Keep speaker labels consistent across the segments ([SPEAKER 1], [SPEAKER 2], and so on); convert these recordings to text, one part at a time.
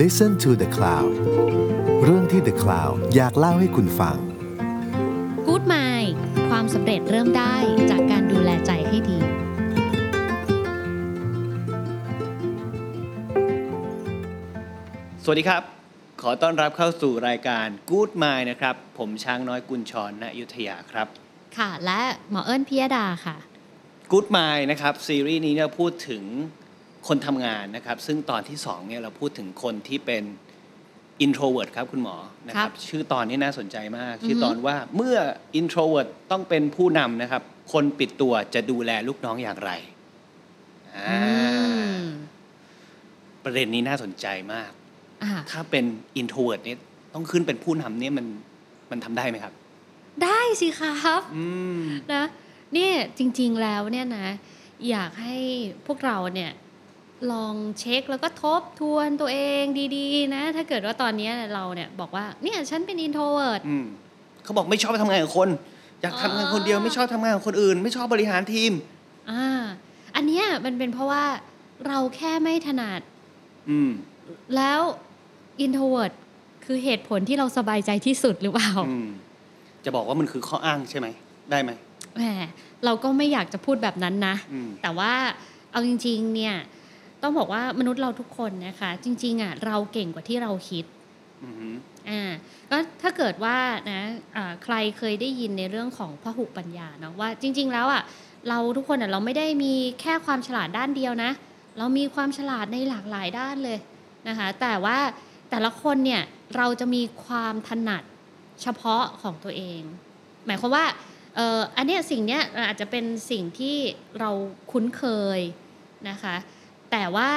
[SPEAKER 1] Listen to the Cloud เรื่องที่ The Cloud อยากเล่าให้คุณฟัง
[SPEAKER 2] Good Mind ความสำเร็จเริ่มได้จากการดูแลใจให้ดี
[SPEAKER 3] สวัสดีครับ ขอต้อนรับเข้าสู่รายการ Good Mind นะครับ ผมช้างน้อยกุญชรณอยุธยาครับ
[SPEAKER 2] ค่ะ และหมอเอิญพิยดาค่ะ
[SPEAKER 3] Good Mind นะครับ ซีรีส์นี้เนี่ยพูดถึงคนทำงานนะครับ ซึ่งตอนที่2เนี่ยเราพูดถึงคนที่เป็น introvert ครับคุณหมอนะค
[SPEAKER 2] ครั
[SPEAKER 3] รั
[SPEAKER 2] บบ
[SPEAKER 3] ชื่อตอนนี้น่าสนใจมาก
[SPEAKER 2] อือฮึ
[SPEAKER 3] ชื่อตอนว่าเมื่อ introvert ต้องเป็นผู้นำนะครับ คนปิดตัวจะดูแลลูกน้องอย่างไรอ่า
[SPEAKER 2] อืม
[SPEAKER 3] ประเด็นนี้น่าสนใจมาก
[SPEAKER 2] อ่ะ
[SPEAKER 3] ถ้าเป็น introvert เนี่ยต้องขึ้นเป็นผู้นำเนี่ยมันมันทำได้ไหมครับ
[SPEAKER 2] ได้สิครับ
[SPEAKER 3] อืม
[SPEAKER 2] นะเนี่ยจริงๆแล้วเนี่ยนะ อยากให้พวกเราเนี่ยลองเช็คแล้วก็ทบทวนตัวเองดีๆ นะ ถ้าเกิดว่าตอนเนี้ยเราเนี่ยบอกว่าเนี่ยฉันเป็นอินโทรเวิร์ด
[SPEAKER 3] อืมเขาบอกไม่ชอบทำงานกับคน อยากทำงานคนเดียว
[SPEAKER 2] อ๋อ
[SPEAKER 3] ไม่ชอบทำงานกับคนอื่น ไม่ชอบบริหารทีม
[SPEAKER 2] อ่าอันเนี้ยมันเป็นเพราะว่าเราแค่ไม่ถนัด
[SPEAKER 3] อืม
[SPEAKER 2] แล้วอินโทรเวิร์ดคือเหตุผลที่เราสบายใจที่สุดหรือเปล่า
[SPEAKER 3] อืมจะบอกว่ามันคือข้ออ้างใช่ไหม ได้ไหม
[SPEAKER 2] แหมเราก็ไม่อยากจะพูดแบบนั้นนะ
[SPEAKER 3] อืม
[SPEAKER 2] แต่ว่าเอาจริงๆเนี่ยต้องบอกว่ามนุษย์เราทุกคนนะคะ จริงๆอ่ะเราเก่งกว่าที่เราคิด
[SPEAKER 3] อือหือ
[SPEAKER 2] อ่าก็ถ้าเกิดว่านะอ่าใครเคยได้ยินในเรื่องของพหุปัญญาเนาะว่าจริง ๆ แล้วอ่ะเราทุกคนอ่ะเราไม่ได้มีแค่ความฉลาดด้านเดียวนะ เรามีความฉลาดในหลากหลายด้านเลยนะคะแต่ว่าแต่ละคนเนี่ยเราจะมีความถนัดเฉพาะของตัวเอง หมายความว่าเอ่ออันเนี้ยสิ่งเนี้ยอาจจะเป็นสิ่งที่เราคุ้นเคยนะคะ แต่ว่า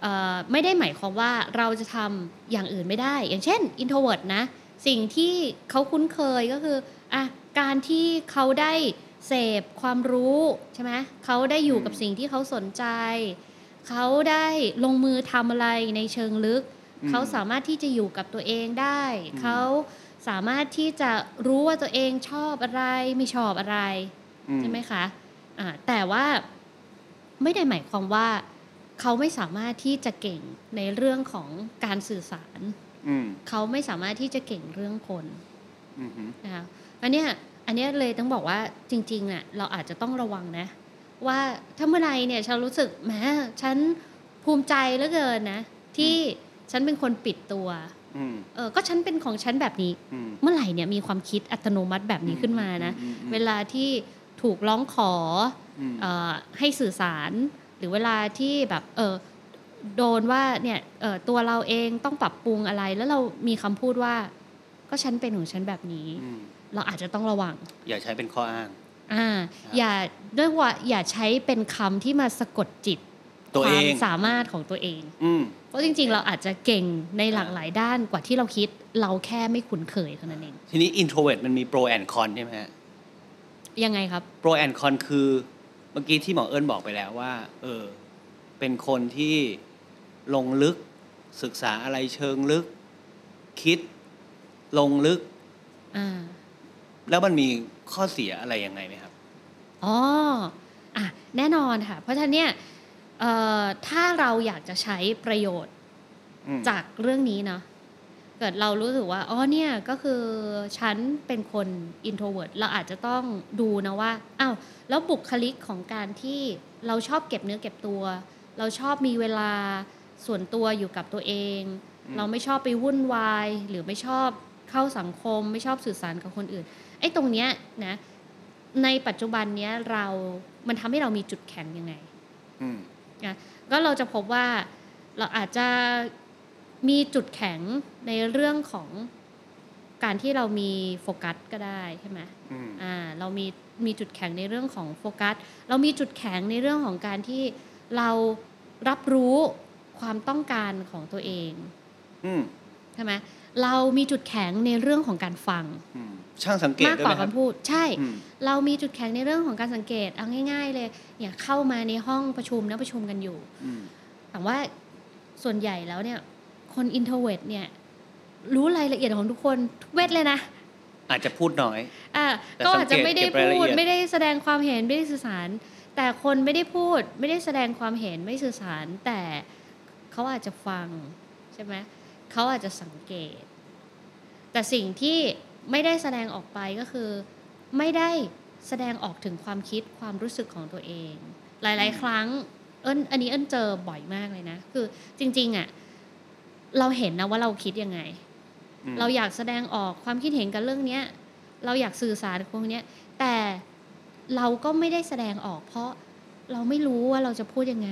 [SPEAKER 2] เอ่อไม่ได้หมายความว่าเราจะทำอย่างอื่นไม่ได้ อย่างเช่น introvert นะ สิ่งที่เขาคุ้นเคยก็คืออ่ะการที่เขาได้เสพความรู้ใช่ไหมเขาได้อยู่กับสิ่งที่เขาสนใจ เขาได้ลงมือทำอะไรในเชิงลึก
[SPEAKER 3] อื
[SPEAKER 2] เขาสามารถที่จะอยู่กับตัวเองได้ เขาสามารถที่จะรู้ว่าตัวเองชอบอะไรไม่ชอบอะไร
[SPEAKER 3] อื
[SPEAKER 2] ใช่ไหมคะอ่าแต่ว่าไม่ได้หมายความว่าเขาไม่สามารถที่จะเก่งในเรื่องของการสื่อสาร
[SPEAKER 3] อืม
[SPEAKER 2] เขาไม่สามารถที่จะเก่งเรื่องคน
[SPEAKER 3] อือหือ
[SPEAKER 2] นะคะอันเนี้ยอันเนี้ยเลยต้องบอกว่าจริงๆน่ะเราอาจจะต้องระวังนะ ว่าถ้าเมื่อไหรเนี่ยฉันรู้สึกแหมฉันภูมิใจเหลือเกินนะ ที่ฉันเป็นคนปิดตัว
[SPEAKER 3] อืม
[SPEAKER 2] เออก็ฉันเป็นของฉันแบบนี้
[SPEAKER 3] อืม
[SPEAKER 2] เมื่อไหร่เนี่ยมีความคิดอัตโนมัติแบบนี้ขึ้นมานะ
[SPEAKER 3] อืมอืม
[SPEAKER 2] เวลาที่ถูกร้องขอ
[SPEAKER 3] อืม
[SPEAKER 2] เอ่อให้สื่อสารหรือเวลาที่แบบเออโดนว่าเนี่ยเออตัวเราเองต้องปรับปรุงอะไร แล้วเรามีคำพูดว่า ก็ฉันเป็นของฉันแบบนี้
[SPEAKER 3] อืม
[SPEAKER 2] เราอาจจะต้องระวัง
[SPEAKER 3] อย่าใช้เป็นข้ออ้าง
[SPEAKER 2] อ่า
[SPEAKER 3] ครับ
[SPEAKER 2] อย่าด้วยว่าอย่าใช้เป็นคำที่มาสะกดจิต
[SPEAKER 3] ตัว
[SPEAKER 2] ค
[SPEAKER 3] เอ
[SPEAKER 2] วาม
[SPEAKER 3] ง
[SPEAKER 2] สามารถของตัวเอง
[SPEAKER 3] อืม
[SPEAKER 2] เพราะจริงๆ เราอาจจะเก่งในหลากหลายด้านกว่าที่เราคิดเราแค่ไม่คุ้นเคยเท่านั้นเอง
[SPEAKER 3] ทีนี้ introvert มันมี pro and con ใช่ไหมฮะ
[SPEAKER 2] ยังไงครับ
[SPEAKER 3] pro and con คือเมื่อกี้ที่หมอเอิญบอกไปแล้วว่า เออ เป็นคนที่ลงลึกศึกษาอะไรเชิงลึก คิดลงลึก
[SPEAKER 2] อ่า
[SPEAKER 3] แล้วมันมีข้อเสียอะไรยังไงไหมครับ
[SPEAKER 2] อ๋ออะแน่นอนค่ะ เพราะฉะนั้นเนี่ยเอ่อถ้าเราอยากจะใช้ประโยชน์
[SPEAKER 3] อืม
[SPEAKER 2] จากเรื่องนี้เนาะ เกิดเรารู้สึกว่า อ๋อ เนี่ย ก็คือฉันเป็นคน introvert เราอาจจะต้องดูนะว่า อ้าว แล้วบุคลิกของการที่เราชอบเก็บเนื้อเก็บตัว เราชอบมีเวลาส่วนตัวอยู่กับตัวเอง
[SPEAKER 3] อืม
[SPEAKER 2] เราไม่ชอบไปวุ่นวาย หรือไม่ชอบเข้าสังคม ไม่ชอบสื่อสารกับคนอื่น ไอ้ตรงเนี้ยนะ ในปัจจุบันเนี้ยเรา มันทำให้เรามีจุดแข็งยังไง
[SPEAKER 3] อืม
[SPEAKER 2] ก็เราจะพบว่าเราอาจจะมีจุดแข็งในเรื่องของการที่เรามีโฟกัสก็ได้ใช่ไหม
[SPEAKER 3] อืม
[SPEAKER 2] อ่าเรามีมีจุดแข็งในเรื่องของโฟกัส เรามีจุดแข็งในเรื่องของการที่เรารับรู้ความต้องการของตัวเอง
[SPEAKER 3] อืม
[SPEAKER 2] ใช่ไหมเรามีจุดแข็งในเรื่องของการฟัง
[SPEAKER 3] อืม ช่างสังเกต
[SPEAKER 2] มาก
[SPEAKER 3] ด้ว
[SPEAKER 2] ก
[SPEAKER 3] ย
[SPEAKER 2] ว่า
[SPEAKER 3] ไหมครับ
[SPEAKER 2] คำพูดใช่
[SPEAKER 3] อืม
[SPEAKER 2] เรามีจุดแข็งในเรื่องของการสังเกตเอาง่าย ๆ เลยเนี่ยเข้ามาในห้องประชุมนะประชุมกันอยู่
[SPEAKER 3] อืม
[SPEAKER 2] แต่ว่าส่วนใหญ่แล้วเนี่ย คนอินโทรเว t เนี่ย รู้รายละเอียดของทุกคนทุกเม็ดเลยนะ
[SPEAKER 3] อาจจะพูดน้อย
[SPEAKER 2] อ่า
[SPEAKER 3] แต่
[SPEAKER 2] ก็อาจจะไม่ได้
[SPEAKER 3] สังเกตเก็บราย
[SPEAKER 2] พู
[SPEAKER 3] ละ
[SPEAKER 2] ด
[SPEAKER 3] เอียด
[SPEAKER 2] ไม่ได้แสดงความเห็นไม่ได้สื่อสาร แต่คนไม่ได้พูด ไม่ได้แสดงความเห็นไม่สื่อสาร แต่เขาอาจจะฟัง ใช่ไหมเขาอาจจะสังเกต แต่สิ่งที่ไม่ได้แสดงออกไปก็คือ ไม่ได้แสดงออกถึงความคิดความรู้สึกของตัวเอง หลาย ๆ ครั้ง เอิญอันนี้เอิญเจอบ่อยมากเลยนะ คือจริง ๆอะเราเห็นนะว่าเราคิดยังไง
[SPEAKER 3] อืม
[SPEAKER 2] เราอยากแสดงออกความคิดเห็นกับเรื่องเนี้ย เราอยากสื่อสารกับพวกเนี้ย แต่เราก็ไม่ได้แสดงออก เพราะเราไม่รู้ว่าเราจะพูดยังไง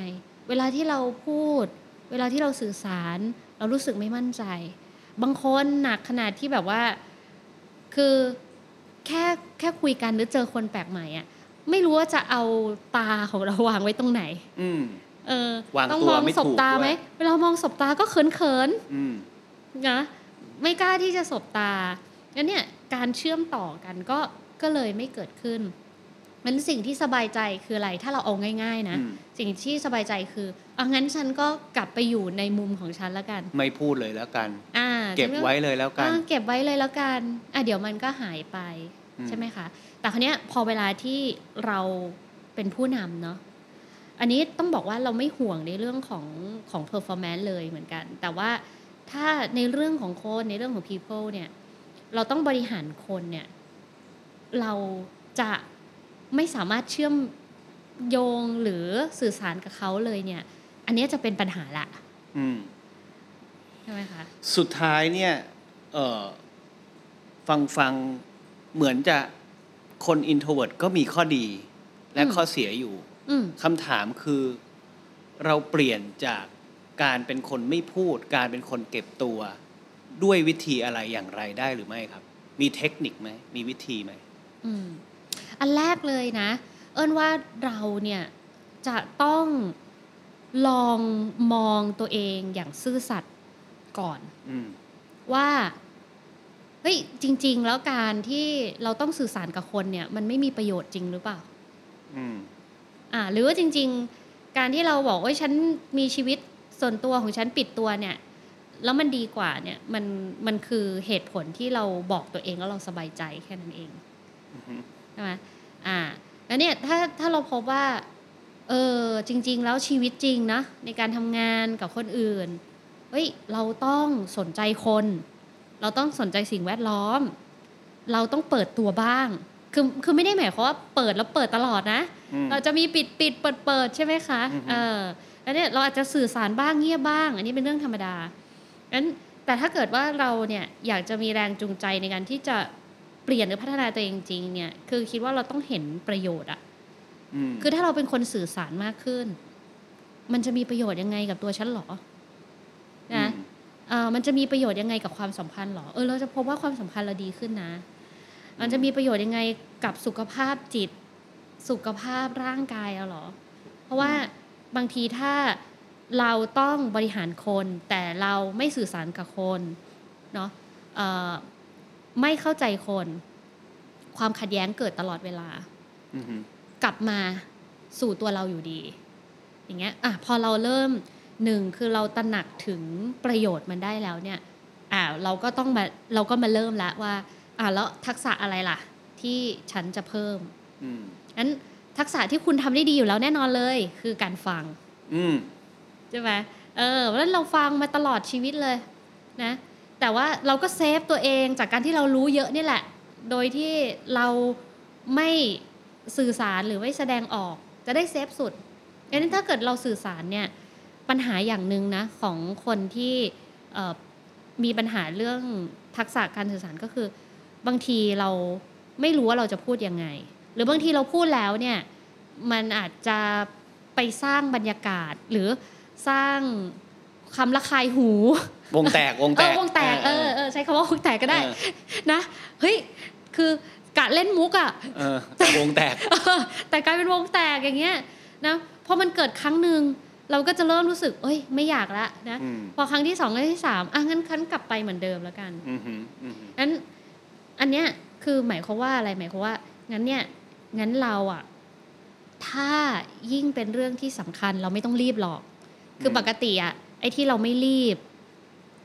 [SPEAKER 2] เวลาที่เราพูด เวลาที่เราสื่อสาร เรารู้สึกไม่มั่นใจ บางคนหนักขนาดที่แบบว่า คือแค่แค่คุยกันหรือเจอคนแปลกใหม่อะไม่รู้ว่าจะเอาตาของเราวางไว้ตรงไหน
[SPEAKER 3] อืม
[SPEAKER 2] เออ
[SPEAKER 3] วาง
[SPEAKER 2] ต้อง
[SPEAKER 3] ตัว
[SPEAKER 2] มอง
[SPEAKER 3] ไม่
[SPEAKER 2] ส
[SPEAKER 3] ถู
[SPEAKER 2] บ
[SPEAKER 3] ก
[SPEAKER 2] ตาไหม
[SPEAKER 3] ด้วย
[SPEAKER 2] เวลามองสบตาก็เขินเขินๆ
[SPEAKER 3] อืม
[SPEAKER 2] นะไม่กล้าที่จะสบตางั้นเนี่ยการเชื่อมต่อกันก็ก็เลยไม่เกิดขึ้นมันสิ่งที่สบายใจคืออะไร ถ้าเราเอาง่าย ๆ นะ
[SPEAKER 3] อืม
[SPEAKER 2] สิ่งที่สบายใจคือเอางั้นฉันก็กลับไปอยู่ในมุมของฉันแล้วกัน
[SPEAKER 3] ไม่พูดเลยแล้วกัน
[SPEAKER 2] อ่า
[SPEAKER 3] เก็บไว้เลยแล้วกั
[SPEAKER 2] อ่าน เก็บไว้เลยแล้วกันอ่ะเดี๋ยวมันก็หายไป
[SPEAKER 3] อืม
[SPEAKER 2] ใช่ไหมคะ แต่คราวเนี้ยพอเวลาที่เราเป็นผู้นำเนาะอันนี้ต้องบอกว่าเราไม่ห่วงในเรื่องของของ performance เลยเหมือนกัน แต่ว่าถ้าในเรื่องของคนในเรื่องของ people เนี่ย เราต้องบริหารคนเนี่ย เราจะไม่สามารถเชื่อมโยงหรือสื่อสารกับเขาเลยเนี่ย อันเนี้ยจะเป็นปัญหาละ
[SPEAKER 3] อืม
[SPEAKER 2] ใช่ไหมคะ
[SPEAKER 3] สุดท้ายเนี่ยเออฟังฟังเหมือนจะคนอินโทรเวิร์ก็มีข้อดีและข้อเสียอยู่
[SPEAKER 2] อืม
[SPEAKER 3] คำถามคือเราเปลี่ยนจากการเป็นคนไม่พูด การเป็นคนเก็บตัว ด้วยวิธีอะไรอย่างไรได้หรือไม่ครับ มีเทคนิคไหมมีวิธีไหม
[SPEAKER 2] อืมอันแรกเลยนะ เอิ้นว่าเราเนี่ยจะต้องลองมองตัวเองอย่างซื่อสัตย์ก่อน
[SPEAKER 3] อืม
[SPEAKER 2] ว่าเฮ้ยจริง ๆ แล้วการที่เราต้องสื่อสารกับคนเนี่ย มันไม่มีประโยชน์จริงหรือเปล่า
[SPEAKER 3] อืม
[SPEAKER 2] อ่าหรือว่าจริง ๆ การที่เราบอกว่าฉันมีชีวิตส่วนตัวของฉันปิดตัวเนี่ย แล้วมันดีกว่าเนี่ยมันมันคือเหตุผลที่เราบอกตัวเองแล้วเราสบายใจแค่นั้นเอง
[SPEAKER 3] อือฮึ
[SPEAKER 2] ใช่ไหมอ่าแล้วเนี่ยถ้าถ้าเราพบว่าเออจริง ๆ แล้วชีวิตจริงนะในการทำงานกับคนอื่นเฮ้ยเราต้องสนใจคน เราต้องสนใจสิ่งแวดล้อม เราต้องเปิดตัวบ้าง คือคือไม่ได้หมายความว่าเปิดแล้วเปิดตลอดนะ
[SPEAKER 3] อืม
[SPEAKER 2] เราจะมีปิดปิดเปิดเปิดใช่ไหมคะ
[SPEAKER 3] อือฮึ
[SPEAKER 2] เออแล้วเนี่ยเราอาจจะสื่อสารบ้างเงียบบ้าง อันนี้เป็นเรื่องธรรมดางั้นแต่ถ้าเกิดว่าเราเนี่ยอยากจะมีแรงจูงใจในการที่จะเปลี่ยนหรือพัฒนาตัวเองจริงเนี่ย คือคิดว่าเราต้องเห็นประโยชน์อะ
[SPEAKER 3] อืม
[SPEAKER 2] คือถ้าเราเป็นคนสื่อสารมากขึ้น มันจะมีประโยชน์ยังไงกับตัวฉันหรอ นะ
[SPEAKER 3] อืม
[SPEAKER 2] เอ่อมันจะมีประโยชน์ยังไงกับความสัมพันธ์หรอ เออเราจะพบว่าความสัมพันธ์เราดีขึ้นนะ มันจะมีประโยชน์ยังไงกับสุขภาพจิต สุขภาพร่างกายเราหรอ เพราะว่าบางทีถ้าเราต้องบริหารคน แต่เราไม่สื่อสารกับคนเนาะเอ่อไม่เข้าใจคน ความขัดแย้งเกิดตลอดเวลา
[SPEAKER 3] อืม
[SPEAKER 2] กลับมาสู่ตัวเราอยู่ดี อย่างเงี้ยอ่ะพอเราเริ่มหนึ่งคือเราตระหนักถึงประโยชน์มันได้แล้วเนี่ยอ่าเราก็ต้องมาเราก็มาเริ่มละว่าอ่าแล้วทักษะอะไรล่ะ ที่ฉันจะเพิ่ม
[SPEAKER 3] อืม
[SPEAKER 2] งั้นทักษะที่คุณทำได้ดีอยู่แล้วแน่นอนเลย คือการฟัง
[SPEAKER 3] อืม
[SPEAKER 2] ใช่ไหมเออแล้วเราฟังมาตลอดชีวิตเลยนะ แต่ว่าเราก็เซฟตัวเองจากการที่เรารู้เยอะนี่แหละ โดยที่เราไม่สื่อสารหรือไม่แสดงออก จะได้เซฟสุดดังนั้นถ้าเกิดเราสื่อสารเนี่ย ปัญหาอย่างหนึ่งนะของคนที่เอ่อมีปัญหาเรื่องทักษะการสื่อสารก็คือ บางทีเราไม่รู้ว่าเราจะพูดยังไง หรือบางทีเราพูดแล้วเนี่ย มันอาจจะไปสร้างบรรยากาศหรือสร้างคำระคายหู
[SPEAKER 3] วงแตก วง
[SPEAKER 2] เอ
[SPEAKER 3] แต
[SPEAKER 2] อก วงแตกเออเออใช้คำว่าวงแตกก็ได้
[SPEAKER 3] เออ
[SPEAKER 2] นะเฮ้ยคือกะเล่นมุกอ่ะ
[SPEAKER 3] เออเออวงแตก
[SPEAKER 2] เออแต่กลายเป็นวงแตกอย่างเงี้ยนะพอมันเกิดครั้งหนึ่งเราก็จะเริ่มรู้สึก เอ้ย ไม่อยากละนะ
[SPEAKER 3] อืม
[SPEAKER 2] พอครั้งที่สองครั้งที่สามอ่ะงั้นคันกลับไปเหมือนเดิมแล้วกัน
[SPEAKER 3] อืมอืมอืม
[SPEAKER 2] งั้นอันเนี้ยคือหมายความว่าอะไรหมายความว่างั้นเนี่ยงั้นเราอ่ะถ้ายิ่งเป็นเรื่องที่สำคัญเราไม่ต้องรีบหรอก คือปกติอ่ะไอ้ที่เราไม่รีบ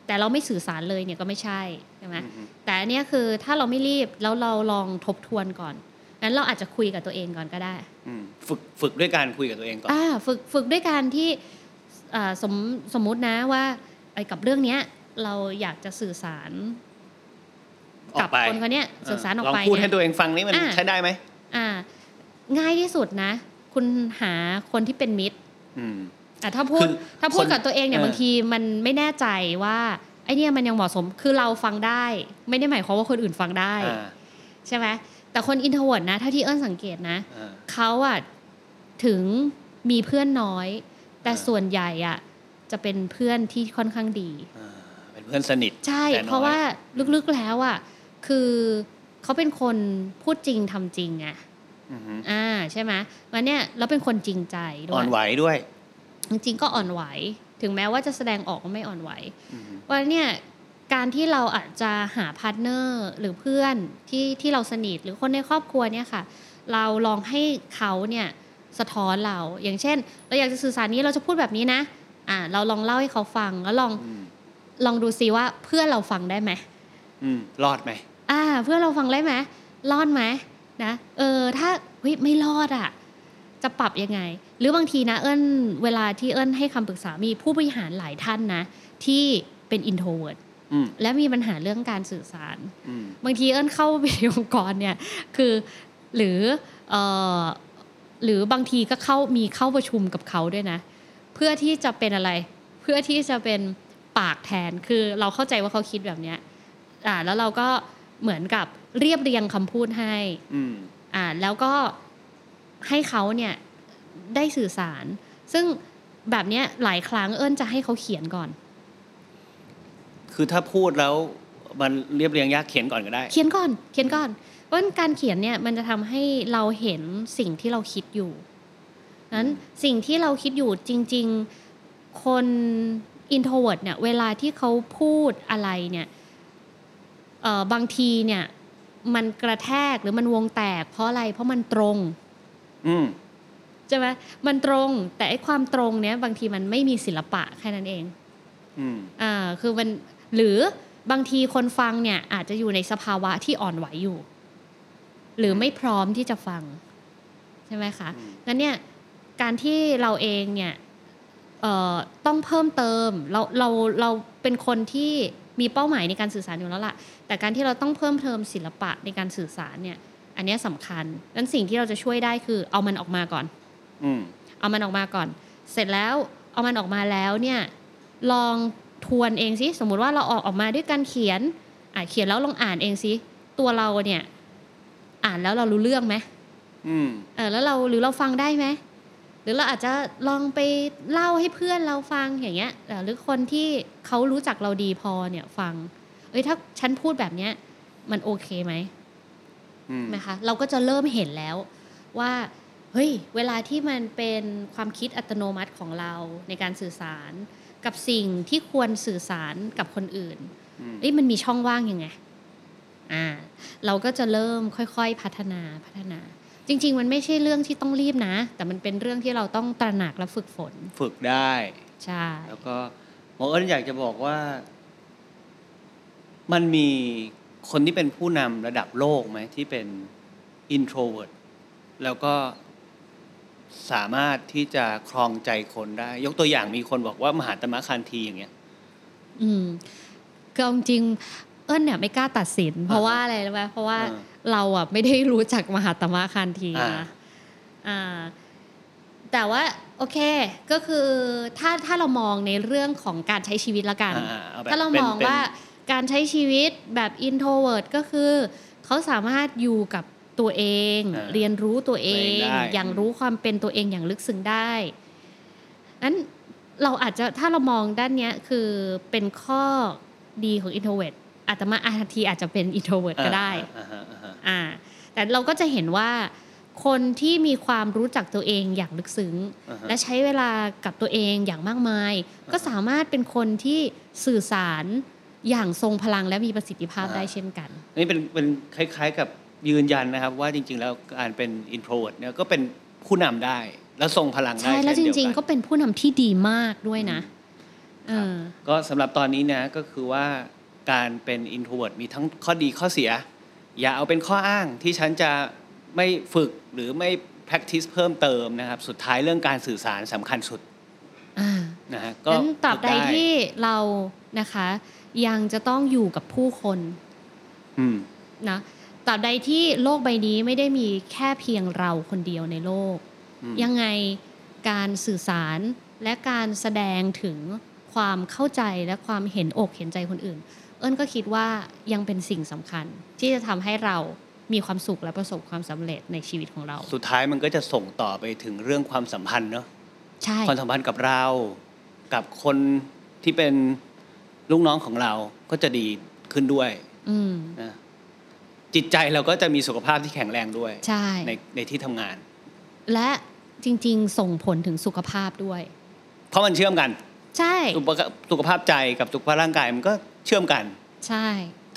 [SPEAKER 2] แต่เราไม่สื่อสารเลยเนี่ยก็ไม่ใช่ใช่ไหม
[SPEAKER 3] อืม
[SPEAKER 2] แต่อันเนี้ยคือถ้าเราไม่รีบแล้วเราลองทบทวนก่อนงั้นเราอาจจะคุยกับตัวเองก่อนก็ได้
[SPEAKER 3] อืมฝึกฝึกด้วยการคุยกับตัวเองก่อน
[SPEAKER 2] อ่าฝึกฝึกด้วยการที่อ่าสมสมมุตินะว่า ไอ้กับเรื่องเนี้ย เราอยากจะสื่อสาร
[SPEAKER 3] ออ
[SPEAKER 2] กับ
[SPEAKER 3] กไป
[SPEAKER 2] คนคนเนี้ยสื่อสารออก
[SPEAKER 3] ลอง
[SPEAKER 2] ไป
[SPEAKER 3] พูด
[SPEAKER 2] เนี่ย
[SPEAKER 3] ให้ตัวเองฟังนี่มัน
[SPEAKER 2] อ่ะ
[SPEAKER 3] ใช้ได้ไหม
[SPEAKER 2] อ่า ง่ายที่สุดนะ คุณหาคนที่เป็นมิตร
[SPEAKER 3] อืม
[SPEAKER 2] อ่ะถ้าพู
[SPEAKER 3] คื
[SPEAKER 2] ด
[SPEAKER 3] อ
[SPEAKER 2] ถ้าพูด
[SPEAKER 3] คน
[SPEAKER 2] กับตัวเองเนี่ย
[SPEAKER 3] เออ
[SPEAKER 2] บางทีมันไม่แน่ใจว่าไอเนี่ยมันยังเหมาะสมคือเราฟังได้ ไม่ได้หมายความว่าคนอื่นฟังได้
[SPEAKER 3] อ่า
[SPEAKER 2] ใช่ไหมแต่คนอินโทรเวิร์ดนะเท่าที่เอิ้นสังเกตนะ
[SPEAKER 3] อ่า
[SPEAKER 2] เขาอะถึงมีเพื่อนน้อย แต่
[SPEAKER 3] อ่า
[SPEAKER 2] ส่วนใหญ่อะจะเป็นเพื่อนที่ค่อนข้างดี
[SPEAKER 3] อ่าเป็นเพื่อนสนิท
[SPEAKER 2] ใช่
[SPEAKER 3] แต่น้อย
[SPEAKER 2] เพราะว่าลึกๆแล้วอะคือเขาเป็นคนพูดจริงทำจริงไง
[SPEAKER 3] อือฮึ
[SPEAKER 2] อ่าใช่ไหมมันเนี่ยแล้วเป็นคนจริงใจด้
[SPEAKER 3] อ่
[SPEAKER 2] ว
[SPEAKER 3] อย นไหวด้วย
[SPEAKER 2] จริงๆก็อ่อนไหว ถึงแม้ว่าจะแสดงออกว่าไม่อ่อนไหว
[SPEAKER 3] อือฮึ
[SPEAKER 2] ว่าเนี่ยการที่เราอาจจะหาพาร์ทเนอร์หรือเพื่อนที่ที่เราสนิทหรือคนในครอบครัวเนี่ยค่ะ เราลองให้เขาเนี่ยสะท้อนเราอย่างเช่น เราอยากจะสื่อสารนี้เราจะพูดแบบนี้นะอ่าเราลองเล่าให้เขาฟังแล้วลอง
[SPEAKER 3] อืม
[SPEAKER 2] ลองดูซิว่าเพื่อนเราฟังได้ไหม
[SPEAKER 3] อืมรอดไหม
[SPEAKER 2] อ่าเพื่อนเราฟังได้ไหมรอดไหมนะเออถ้าเฮ้ยไม่รอดอะ่ะจะปรับยังไง หรือบางทีนะเอิญเวลาที่เอิญให้คำปรึกษามีผู้บริหารหลายท่านนะที่เป็นอินโทรเวิร์
[SPEAKER 3] อืม
[SPEAKER 2] และมีปัญหาเรื่องการสื่อสาร
[SPEAKER 3] อืม
[SPEAKER 2] บางทีเอิ้นเข้าไปในองค์กรเนี่ย คือหรือเอ่อหรือบางทีก็เข้ามีเข้าประชุมกับเขาด้วยนะ เพื่อที่จะเป็นอะไร เพื่อที่จะเป็นปากแทนคือเราเข้าใจว่าเขาคิดแบบเนี้ยอ่าแล้วเราก็เหมือนกับเรียบเรียงคำพูดให้
[SPEAKER 3] อืม
[SPEAKER 2] อ่าแล้วก็ให้เขาเนี่ยได้สื่อสาร ซึ่งแบบเนี้ยหลายครั้งเอิ้นจะให้เขาเขียนก่อน
[SPEAKER 3] คือถ้าพูดแล้วมันเรียบเรียงยากเขียนก่อนก็ได้
[SPEAKER 2] เขียนก่อน เขียนก่อน เพราะฉะนั้นการเขียนเนี่ยมันจะทำให้เราเห็นสิ่งที่เราคิดอยู่ นั้นสิ่งที่เราคิดอยู่จริง ๆ คนอินโทรเวิร์ดเนี่ยเวลาที่เขาพูดอะไรเนี่ยเอ่อบางทีเนี่ยมันกระแทกหรือมันวงแตก เพราะอะไร เพราะมันตรง
[SPEAKER 3] อืม
[SPEAKER 2] ใช่ไหมมันตรงแต่ไอ้ความตรงเนี่ยบางทีมันไม่มีศิลปะแค่นั้นเอง
[SPEAKER 3] อืม
[SPEAKER 2] อ่าคือมันหรือบางทีคนฟังเนี่ยอาจจะอยู่ในสภาวะที่อ่อนไหวอยู่ หรือไม่พร้อมที่จะฟัง ใช่ไหมคะ
[SPEAKER 3] อืม
[SPEAKER 2] งั้นเนี่ยการที่เราเองเนี่ยเอ่อต้องเพิ่มเติมเราเราเราเป็นคนที่มีเป้าหมายในการสื่อสารอยู่แล้วล่ะ แต่การที่เราต้องเพิ่มเติมศิลปะในการสื่อสารเนี่ยอันเนี้ยสำคัญงั้นสิ่งที่เราจะช่วยได้คือเอามันออกมาก่อน
[SPEAKER 3] อืม
[SPEAKER 2] เอามันออกมาก่อน เสร็จแล้วเอามันออกมาแล้วเนี่ยลองทวนเองสิสมมุติว่าเราออกออกมาด้วยการเขียนอ่ะเขียนแล้วลองอ่านเองสิตัวเราเนี่ยอ่านแล้วเรารู้เรื่องไหม
[SPEAKER 3] อืม
[SPEAKER 2] เออแล้วเราหรือเราฟังได้ไหมหรือเราอาจจะลองไปเล่าให้เพื่อนเราฟังอย่างเงี้ยเออหรือคนที่เขารู้จักเราดีพอเนี่ยฟังเอ้ยถ้าฉันพูดแบบเนี้ยมันโอเคไหม
[SPEAKER 3] อืม
[SPEAKER 2] นะคะเราก็จะเริ่มเห็นแล้วว่าเฮ้ยเวลาที่มันเป็นความคิดอัตโนมัติของเราในการสื่อสาร กับสิ่งที่ควรสื่อสารกับคนอื่น
[SPEAKER 3] อืม
[SPEAKER 2] เอ้ยมันมีช่องว่างยังไงอ่าเราก็จะเริ่มค่อยๆพัฒนาพัฒนา จริง ๆ มันไม่ใช่เรื่องที่ต้องรีบนะ แต่มันเป็นเรื่องที่เราต้องตระหนักและฝึกฝน
[SPEAKER 3] ฝึกได้
[SPEAKER 2] ใช่
[SPEAKER 3] แล้วก็หมอเอิญอยากจะบอกว่า มันมีคนที่เป็นผู้นำระดับโลกไหม ที่เป็น introvert แล้วก็สามารถที่จะครองใจคนได้ ยกตัวอย่างมีคนบอกว่ามหาตมะคานทีอย่างเงี้ย
[SPEAKER 2] อืมก็จริงๆเอิ้นเนี่ยไม่กล้าตัดสิน เพราะ
[SPEAKER 3] อ่า
[SPEAKER 2] ว่าอะไรรู้ไหมเพราะว่า
[SPEAKER 3] อ่า
[SPEAKER 2] เราอ่ะไม่ได้รู้จักมหาตมะคานที
[SPEAKER 3] อ่า
[SPEAKER 2] นะ อ่าแต่ว่าโอเคก็คือถ้าถ้าเรามองในเรื่องของการใช้ชีวิตละกัน
[SPEAKER 3] อ่อแบบ
[SPEAKER 2] ถ้าเรามอง
[SPEAKER 3] ป็น
[SPEAKER 2] ว่าการใช้ชีวิตแบบ introvert ก็คือ เขาสามารถอยู่กับตัวเอง
[SPEAKER 3] า
[SPEAKER 2] เรียนรู้ตัวเอ
[SPEAKER 3] ตัวเอง
[SPEAKER 2] ง
[SPEAKER 3] ได้
[SPEAKER 2] อย่างรู้ความเป็นตัวเองอย่างลึกซึ้งได้นั้นเราอาจจะถ้าเรามองด้านเนี้ยคือเป็นข้อดีของ introvert อาตมาอาทีอาจจะเป็น introvert
[SPEAKER 3] อ่า
[SPEAKER 2] ก็ได้
[SPEAKER 3] อ่าฮะอ่าฮะ
[SPEAKER 2] อ่าแต่เราก็จะเห็นว่าคนที่มีความรู้จักตัวเองอย่างลึกซึ้ง
[SPEAKER 3] อ่าฮะ
[SPEAKER 2] และใช้เวลากับตัวเองอย่างมากมาย ก็สามารถเป็นคนที่สื่อสารอย่างทรงพลังและมีประสิทธิภาพ
[SPEAKER 3] อ่า
[SPEAKER 2] ได้เช่นกัน
[SPEAKER 3] นี่เป็นเป็นคล้ายๆกับยืนยันนะครับ ว่าจริง ๆ แล้วการเป็น introvert เนี่ยก็เป็นผู้นำได้ และทรงพลังได้
[SPEAKER 2] ใช่แล้วจ
[SPEAKER 3] เช่นเดีย
[SPEAKER 2] ริง
[SPEAKER 3] น
[SPEAKER 2] ๆ ก็เป็นผู้นำที่ดีมากด้วยนะเอ
[SPEAKER 3] ครับ
[SPEAKER 2] อ
[SPEAKER 3] ก็สำหรับตอนนี้นะก็คือว่าการเป็น introvert มีทั้งข้อดีข้อเสีย อย่าเอาเป็นข้ออ้างที่ฉันจะไม่ฝึกหรือไม่ practice เพิ่มเติมนะครับ สุดท้ายเรื่องการสื่อสารสำคัญสุด
[SPEAKER 2] อ่า
[SPEAKER 3] นะฮะก็
[SPEAKER 2] นั้นตราบใด
[SPEAKER 3] ฝึกได้
[SPEAKER 2] ที่เรานะคะ ยังจะต้องอยู่กับผู้คน
[SPEAKER 3] อืม
[SPEAKER 2] นะตราบใดที่โลกใบนี้ไม่ได้มีแค่เพียงเราคนเดียวในโลก
[SPEAKER 3] อืม
[SPEAKER 2] ยังไงการสื่อสารและการแสดงถึงความเข้าใจและความเห็นอกเห็นใจคนอื่น เอิญก็คิดว่ายังเป็นสิ่งสำคัญ ที่จะทำให้เรามีความสุขและประสบความสำเร็จในชีวิตของเรา
[SPEAKER 3] สุดท้ายมันก็จะส่งต่อไปถึงเรื่องความสัมพันธ์เนาะ
[SPEAKER 2] ใช่
[SPEAKER 3] ความสัมพันธ์กับเรา กับคนที่เป็นลูกน้องของเราก็จะดีขึ้นด้วย
[SPEAKER 2] อืม
[SPEAKER 3] นะจิตใจเราก็จะมีสุขภาพที่แข็งแรงด้วย
[SPEAKER 2] ใช่
[SPEAKER 3] ในในที่ทำงาน
[SPEAKER 2] และจริง ๆ ส่งผลถึงสุขภาพด้วย
[SPEAKER 3] เพราะมันเชื่อมกัน
[SPEAKER 2] ใช่
[SPEAKER 3] สุขภาพสุขภาพใจกับสุขภาพร่างกายมันก็เชื่อมกัน
[SPEAKER 2] ใช่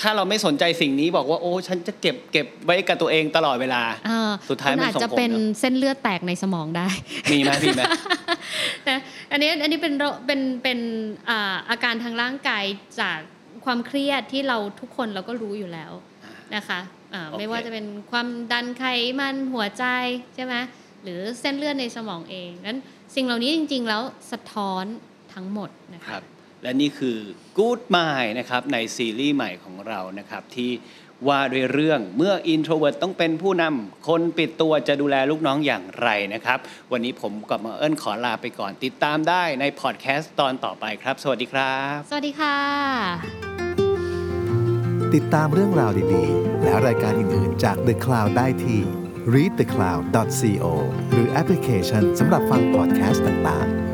[SPEAKER 3] ถ้าเราไม่สนใจสิ่งนี้บอกว่าโอ้ฉันจะเก็บเก็บไว้กับตัวเองตลอดเวลา
[SPEAKER 2] เออ
[SPEAKER 3] สุดท้าย
[SPEAKER 2] คุณ
[SPEAKER 3] มัน
[SPEAKER 2] อาจ
[SPEAKER 3] ส่ง
[SPEAKER 2] จะ
[SPEAKER 3] ผล
[SPEAKER 2] เป็น
[SPEAKER 3] เนอะ
[SPEAKER 2] เส้นเลือดแตกในสมองได้
[SPEAKER 3] มีไหมมีไหม
[SPEAKER 2] นะอันนี้อันนี้เป็นโรเป็นเป็นอ่าอาการทางร่างกายจากความเครียดที่เราทุกคนเราก็รู้อยู่แล้วนะคะอ่า
[SPEAKER 3] โอเค
[SPEAKER 2] ไม่ว่าจะเป็นความดันไขมันหัวใจใช่ไหมหรือเส้นเลือดในสมองเองนั้นสิ่งเหล่านี้จริง ๆ แล้วสะท้อนทั้งหมดนะ
[SPEAKER 3] ค
[SPEAKER 2] คะ
[SPEAKER 3] รับและนี่คือ Good Mind นะครับในซีรีส์ใหม่ของเรานะครับที่ว่าด้วยเรื่องเมื่อ Introvert ต้องเป็นผู้นำคนปิดตัวจะดูแลลูกน้องอย่างไรนะครับ วันนี้ผมกับหมาเอิญขอลาไปก่อนติดตามได้ในพอดแคสต์ตอนต่อไปครับ สวัสดีครับ
[SPEAKER 2] สวัสดีค่ะ
[SPEAKER 1] ติดตามเรื่องราวดีๆ และรายการอื่นๆ จาก The Cloud ได้ที่ readthecloud.co หรือแอปพลิเคชันสำหรับฟังพอดแคสต์ต่างๆ